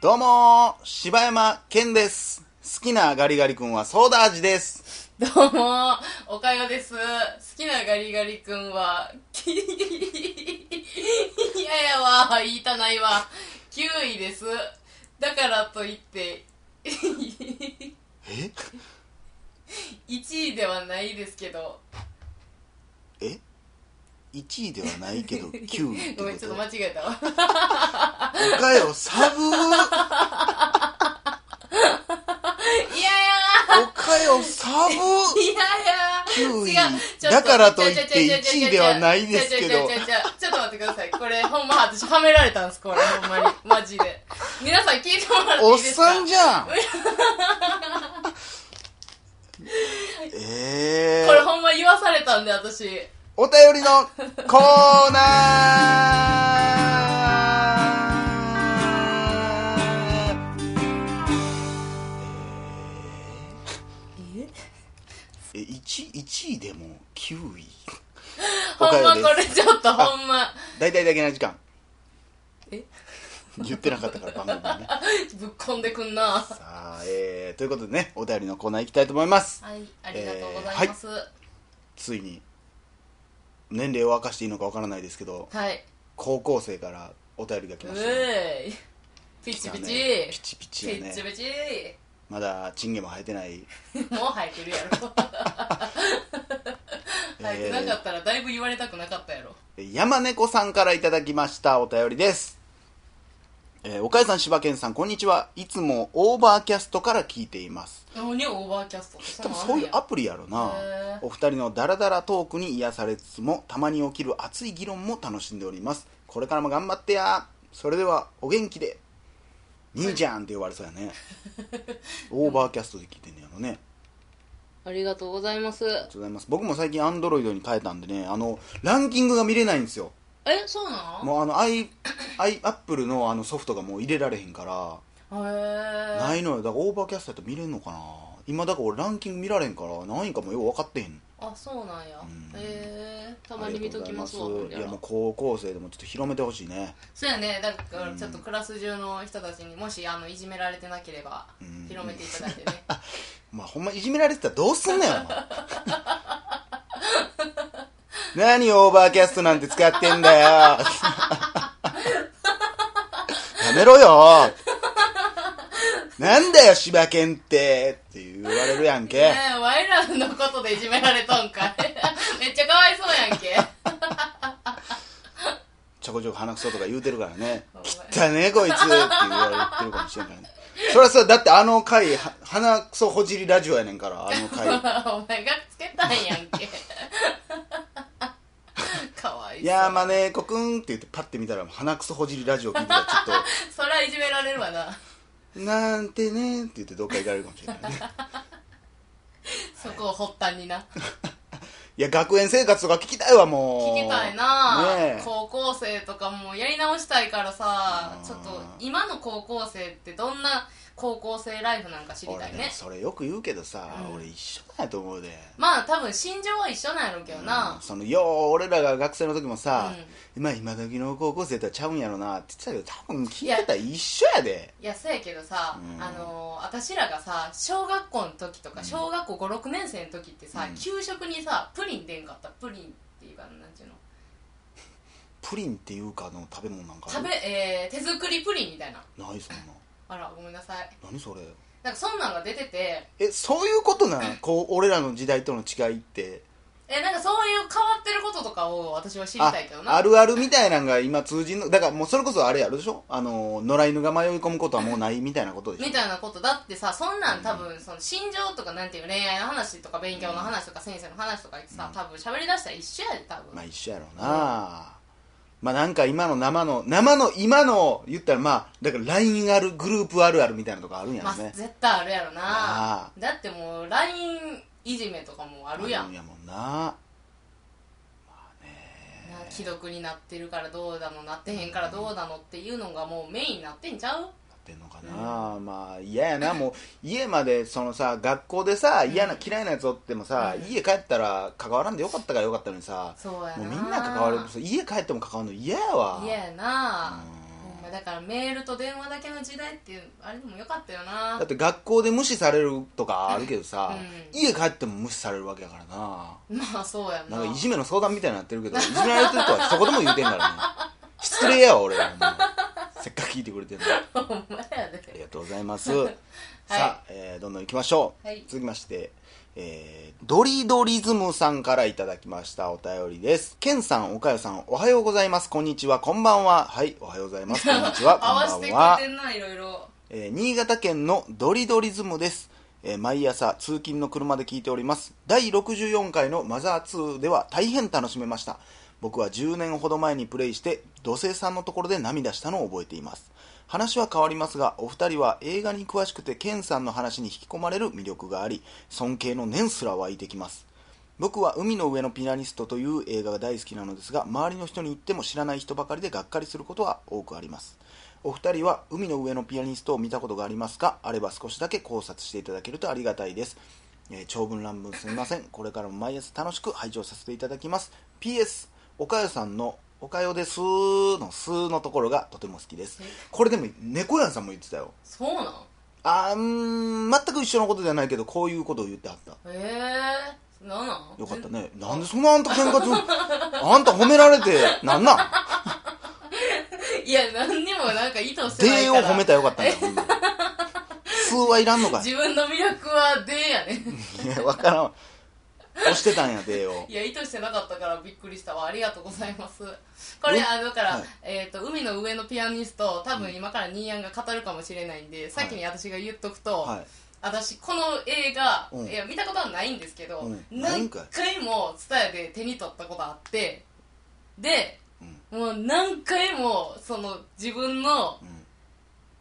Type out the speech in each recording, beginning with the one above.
どうもー、柴山健です。好きなガリガリ君はソーダ味です。どうも、おかよです。好きなガリガリ君は、きいややわ、言いたないわ。9位です。だからといって、え1位ではないですけど、え ?1 位ではない けど9位ってごこめん、ちょっとと間違えたわ。おかよ、サブーいやおかよ、サ ブや9い位や違うちょっだからといって1位ではないですけどちょちょちょちょちょちょっと待ってください。これ、ほんま、私、はめられたんです、これ、ほんまに。マジで。皆さん聞いてもらーっていおっいですかさんじゃん えこれー、ほんま言わされたんで、私。お便りのコーナーええ 1, 1位でも9位 ほんまおかよですこれちょっとほんま大体だけな時間え 言ってなかったから番組でねぶっこんでくんなはさあ、えー、ということでねお便りのコーナー行きたいと思いますいありがとうございます、ついに年齢を明かしていいのかわからないですけどはい、高校生からお便りが来うましたねえいピチピ来チ、たねピチピチピやねチピチまだチンゲも生えてないもう生えてるや ろ生えてなかったらだいぶ言われたくなかったやろ山猫さんからいただきましたお便りです、えー、岡井さん柴犬さんこんにちはいつもオーバーキャストから聞いています何オーバーキャストってそ多分んなんそういうあアプリやろなへーお二人のダラダラトークに癒されつつもたまに起きる熱い議論も楽しんでおりますこれからも頑張ってやそれではお元気で兄ちゃんって呼ばれそうや ねオーバーキャストで聞いてんねやろねありありがとうございますがとうございます僕も最近アンドロイドに変えたんでねあのランキングが見れないんですよえそうなのもうあのアイアイアップルのあのソフトがもう入れられへんからへえないのよだからオーバーキャストやと見れんのかな今だから俺ランキング見られんから何位かもよう分かってへんあそうなんやんへえたたまに見ときますわいやもう高校生でもちょっと広めてほしいねそうやねだからちょっとクラス中の人たちにもしあのいじめられてなければうん広めていた だいてね、まあほんまいじめられてたらどうす んねんお前何オーバーキャストなんて使ってんだよ やめろよなんだよ柴犬ってって言われるやんけねえワイらのことでいじめられとんかい めっちゃかわいそうやんけちょこちょこ鼻くそとか言うてるからねお「前きったねこいつ」って言われてるかもしれんからねそりゃそうだってあの回は鼻くそほじりラジオやねんからあの回お前がつけたんやんけ かわいそうやーまねこくんって言ってパッて見たら鼻くそほじりラジオ聞いてたらちょっそりゃいじめられるわなと「 なんてね」って言ってどっか行かれるかもしれな いねそこを発端にないや学園生活とか聞きたいわもう聞きたいな、ねえ高校生とかもやり直したいからさちょっと今の高校生ってどんな高校生ライフなんか知りた俺いねねそれよく言うけどさ、うん俺一緒だと思うでまあ多分心情は一緒なんやろうけどう、なんそのよう俺らが学生の時もさ、今今時の高校生とはちゃうんやろなって言ってたけど多分聞いてたら一緒やでいやそうやけどさ、うんあのー私らがさ小学校の時とか小学校56年生の時ってさ、うん給食にさプリン出んかったプリンっていうかなんていうのプリンっていうかの食べ物なんかあ食るべ、えー、手作りプリンみたいなないそんなあらごめんなさい何それなんかそんなんが出ててえそういうことなんこう俺らの時代との違いってえなんかそういう変わってることとかを私は知りたいけどなああるあるみたいなんが今通じんのだからもうそれこそあれやるでしょあの野良犬が迷い込むことはもうないみたいなことでしょみたいなことだってさそんなん多分その心情とかなんていう恋愛の話とか勉強の話とか先生の話とか言ってさ多分喋りだしたら一緒やで多分、まあ一緒やろうな、まあなんか今の生の生の今の言ったらまあだから LINE あるグループあるあるみたいなとこあるんやまろあね、絶対あるやろあなだってもう LINE いじめとかもあるやんるんやもんなな既読になってるからどうだのなってへんからどうだのっていうのがもうメインになってんちゃうなってんのかな、まあ嫌やなもう家までそのさ学校でさ嫌な嫌いなやつおってもさ、うん家帰ったら関わらんでよかったからよかったのにさそうやなもうみんな関わるそう家帰っても関わるの嫌やわ嫌やなうんほんまだからメールと電話だけの時代っていうあれでもよかったよなだって学校で無視されるとかあるけどさ、う家帰っても無視されるわけやからなまあそうやななんかいじめの相談みたいになってるけどいじめられてるとは一言も言うてんからね 失礼やわ俺 ほんませっかく聞いてくれてるのにお前やありでがとうございますさあ、えーどんどん行きましょう、はい続きましてえードリドリズムさんからいただきましたお便りです。ケンさん、おかよさん、おはようございます。こんにちは、こんばんは。はい、おはようございます。こんにちは、こんばん 合はわ。せてくれてんないろいろえー新潟県のドリドリズムです、えー毎朝通勤の車で聞いております第64回のマザー2では大変楽しめました僕は10年ほど前にプレイして土星さんのところで涙したのを覚えています話は変わりますがお二人は映画に詳しくてケンさんの話に引き込まれる魅力があり尊敬の念すら湧いてきます僕は「海の上のピアニスト」という映画が大好きなのですが周りの人に言っても知らない人ばかりでがっかりすることは多くありますお二人は「海の上のピアニスト」を見たことがありますかあれば少しだけ考察していただけるとありがたいです、えー長文乱文すみませんこれからも毎朝楽しく拝聴させていただきます PS おかよさんの「おかよです」の「す」のところがとても好きですえこれでも猫やんさんも言ってたよそうなんあーうーん全く一緒のことじゃないけどこういうことを言ってはったええなんなんよかったね。なんでそんなあんた喧嘩する あんた褒められて、なん なんいや何にもなんか意図してないでをから褒めたらよかったんだ、ほ んま数はいらんのかい。自分の魅力はでやねいや、 わからんわ。押してたんや、でを。いや意図してなかったからびっくりしたわありがとうございますこれうんあのだから、はいえっ、と海の上のピアニスト多分今からニーヤンが語るかもしれないんで、先に私が言っとくと、はい。私この映画、うんいや見たことはないんですけど、うん何回もツタヤで手に取ったことあってで、もう何回もその自分の、ん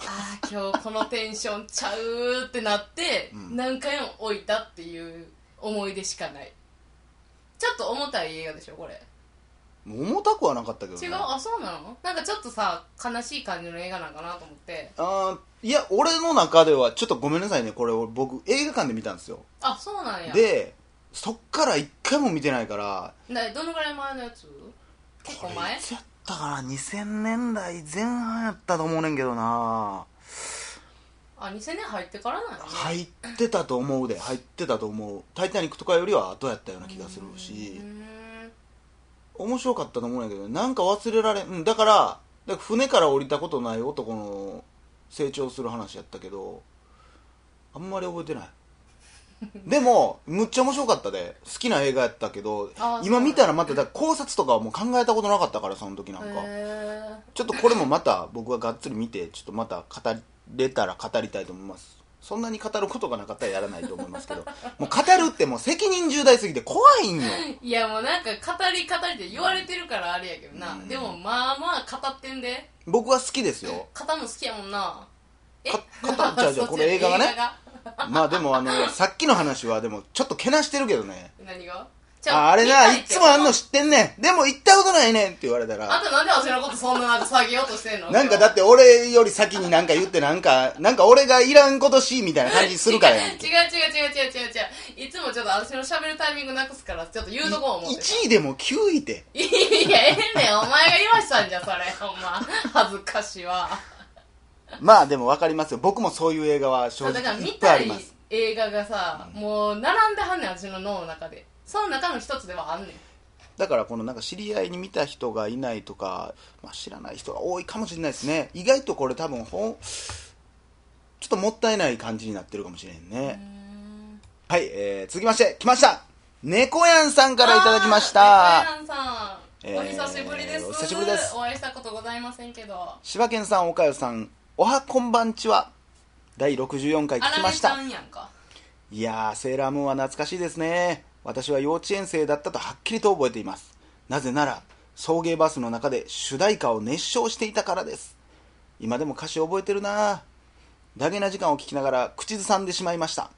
ああ今日このテンションちゃうってなって、うん何回も置いたっていう思い出しかないちょっと重たい映画でしょこれもう重たくはなかったけどね。違うあそうなのなんかちょっとさ悲しい感じの映画なんかなと思ってあーいや、俺の中では、ちょっとごめんなさいね、これ、僕、映画館で見たんですよ。あそうなんやで、そっから一回も見てないから、などのぐらい前のやつ結構前これいつやったかな、2000年代前半やったと思うねんけどなあ2000年入ってからなんやね入ってたと思うで入ってたと思う「タイタニック」とかよりは後やったような気がするしうーん面白かったと思うんやけどなんか忘れられんうんだからだから船から降りたことない男の成長する話やったけどあんまり覚えてないでもむっちゃ面白かったで好きな映画やったけどあー今見たらまただから考察とかはもう考えたことなかったからその時なんかへちょっとこれもまた僕はがっつり見てちょっとまた語れたら語りたいと思いますそんなに語ることがなかったらやらないと思いますけどもう語るってもう責任重大すぎて怖いんよーいやもうなんか語り語りって言われてるからあれやけどな、うんでもまあまあ語ってんで僕は好きですよ型も好きやもんなえか語っちゃうじゃんそこっちやれ映画がね映画 がまあでもあのさっきの話はでもちょっとけなしてるけどね何がじゃああれな見たいってつもあんの知ってんねんでも行ったことないねんって言われたあらんたなんで私のことそんななんか下げようとしてんのなんかだって俺より先になんか言ってなんかなんか俺がいらんことしいみたいな感じするからやん 違う違う違う違う違う違ういつもちょっと私の喋るタイミングなくすからちょっと言うとこう思って1位でも9位でいやええねんお前が言わしたんじゃんそれほんま恥ずかしいわまあでも分かりますよ僕もそういう映画は正そうだから直い見っぱいたありいます映画がさ、もう並んではんねん私の脳の中でその中の一つではあんねんだからこのなんか知り合いに見た人がいないとか、まあ、知らない人が多いかもしれないですね意外とこれ多分ほんちょっともったいない感じになってるかもしれんね、はい、えー、続きまして来ました猫やんさんからいただきましあーた猫やんさん、えーお久しぶりですお久しぶりですお会いしたことございませんけどあ柴犬さん岡代さんおはこんばんちは第64回聞きらまれしちゃたんやんかいやー、セーラームーンは懐かしいですね。私は幼稚園生だったとはっきりと覚えています。なぜなら、送迎バスの中で主題歌を熱唱していたからです。今でも歌詞覚えてるなあダゲな時間を聞きながら口ずさんでしまいました。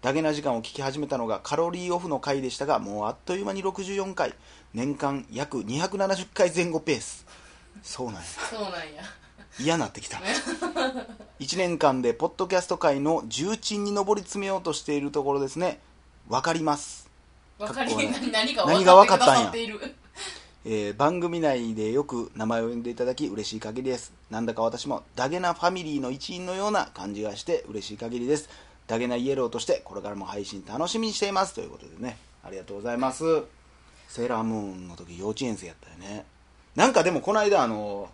ダゲな時間を聞き始めたのがカロリーオフの回でしたが、もうあっという間に64回、年間約270回前後ペース。そうなんや。そうなんや嫌なってきた1年間でポッドキャスト界の重鎮に上り詰めようとしているところですねわかりますわかりかっこいい何何が何が分かったんや分かってくださっているえー番組内でよく名前を呼んでいただき嬉しい限りですなんだか私もダゲなファミリーの一員のような感じがして嬉しい限りですダゲなイエローとしてこれからも配信楽しみにしていますということでねありがとうございますセーラームーンの時幼稚園生やったよねなんかでもこの間あの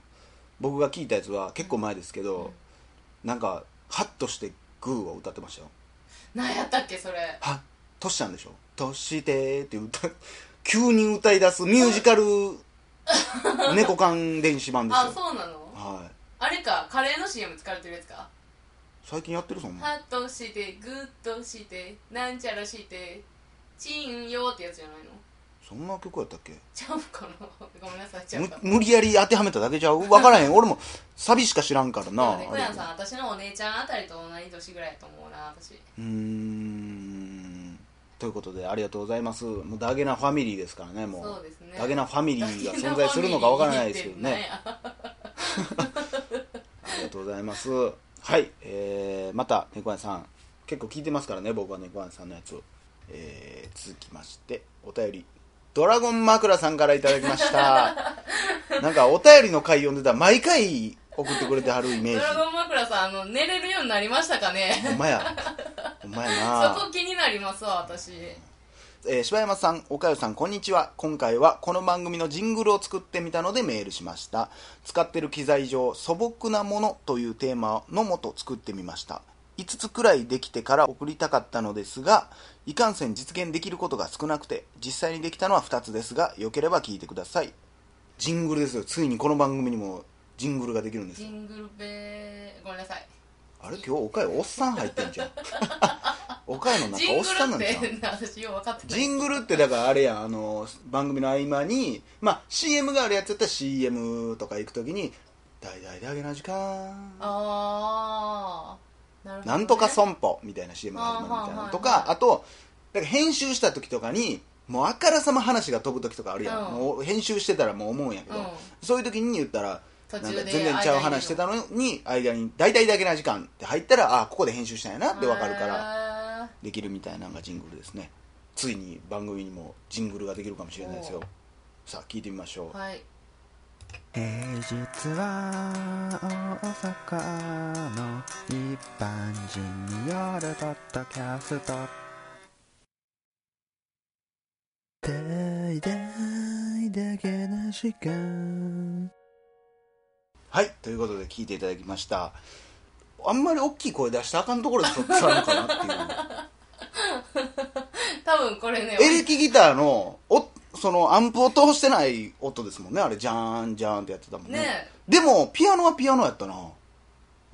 僕が聞いたやつは結構前ですけど、なんかハッとしてグーを歌ってましたよ何やったっけそれはとしちゃんでしょとしてって歌う急に歌い出すミュージカル 猫缶電子版ですあよそうなのはいあれかカレーの CM 使われてるやつか最近やってるそんなハッとしてグッとしてなんちゃらしてチンよってやつじゃないのそんな曲やったっけちゃうかなごめんなさいちゃうむか無理やり当てはめただけじゃ分からへん俺もサビしか知らんからななでもね小山さあん私のお姉ちゃんあたりと同い年ぐらいやと思うな私れうーんということでありがとうございますもうダゲなファミリーですからねもうそうですねダゲなファミリーが存在するのか分からないですけどねありがとうございます。はい、えー、また、猫屋さん、結構聞いてますからね、僕は猫屋さんのやつを。えー、続きまして、お便り、ドラゴン枕さんからいただきま した。なんか、お便りの回読んでたら、毎回送ってくれてはるイメードジ。ラゴン枕さんあの寝れるようになりましたかねほんまや。ほんまやな。 そこ気になりますわ私えー柴山さん、岡代さん、こんにちは。今回はこの番組のジングルを作ってみたのでメールしました。使ってる機材上、素朴なものというテーマのもと作ってみました。5つくらいできてから送りたかったのですが、いかんせん実現できることが少なくて、実際にできたのは2つですが、よければ聞いてください。ジングルですよ。ついにこの番組にもジングルができるんですジよ。ングルベーごめんなさいあれ今日岡代おっさん入ってんじ ゃん。岡代の中ジンおグっさんなんルじゃんっ。て 私よう分かってないジングルってだからあれやんあの番組の合間に、まあ、CM があるやつやったら CM とか行く時に「大々であげな時間」ああなるほど、なんとかう損保」みたいな CM が始まるみたいなのとあーはいかはいあとだから編集した時とかにもうあからさま話が飛ぶ時とかあるやん、うんもう編集してたらもう思うんやけど、うんそういう時に言ったらな途ん中かで全然ちゃう話してたのに間に「大々であげな時間」って入ったらああここで編集したんやなって分かるから。らできるみたいなのがジングルですねついに番組にもジングルができるかもしれないですよさあ聞いてみましょうはい平日は大阪の一般人によるポッドキャスト大々だけな時間はいということで聞いていただきましたあんまり大きい声出したらあかんところで撮ったのかなっ多分これねていうエレキギターのおそのアンプを通してない音ですもんねあれジャーンジャーンってやってたもんねねでもピアノはピアノやったな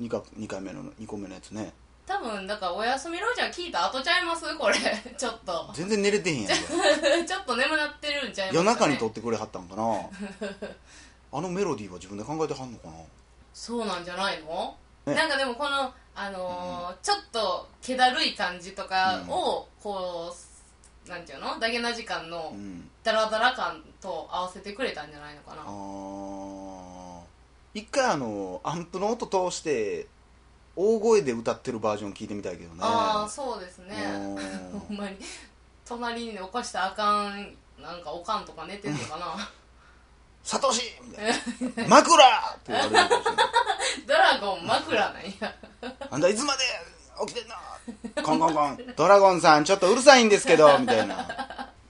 2, か2回目の2個目のやつね多分だからおやすみろちゃん聞いた後ちゃいますこれ ちょっと全然寝れてへ んやんこれちょっと眠なってるんちゃいます夜中に撮とってくれはったんかなあのメロディーは自分で考えてはんのかなそうなんじゃないの、ねなんかでもこのあのーちょっと気だるい感じとかを、こうなんていうのダゲな時間のうんダラダラ感と合わせてくれたんじゃないのかな、あー一回あのアンプの音通して大声で歌ってるバージョン聞いてみたいけどねああそうですねうんほんまに隣に起こしたらあかんなんかおかんとか寝てんのかな サトシみたいな「枕!」って言われるかもしれないドラゴン枕なんや「あんたいつまで起きてんのコンコンコンドラゴンさんちょっとうるさいんですけど」みたいな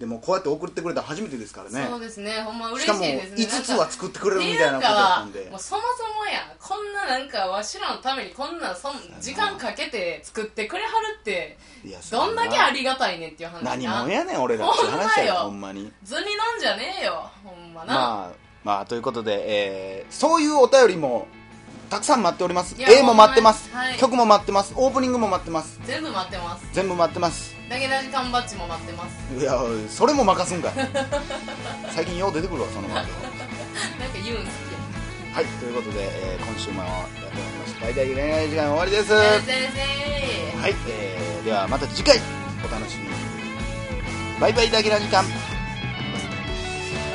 でもこうやって送ってくれたの初めてですからねそうですねほんま嬉ししかいもですね5つは作ってくれるみたいなっこてとだうったかんでもうそもそもやこんななんかわしらのためにこんなそん時間かけて作ってくれはるっていやどんだけありがたいねんっていう話な何もやねん俺らっていう話だよほほんんまに図になんじゃねえよほんまな、まあ、まあ、ということで、えーそういうお便りもたくさん待っておりますいや A も待ってます、ほんまにはい曲も待ってますオープニングも待ってます全部待ってます全部待ってますだけだけ缶バッジも待ってますいやそれも任すんか い最近よう出てくるわそのワードなんか言うん好はいということで、えー今週もやってまいりました大体恋愛時間終わりですきはやい、先生えーではまた次回お楽しみにバイバイだけな時間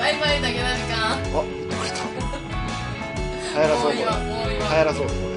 バイバイだけな時間あ言ってくれた流行らそうこれもう今もう今流行らそうこれ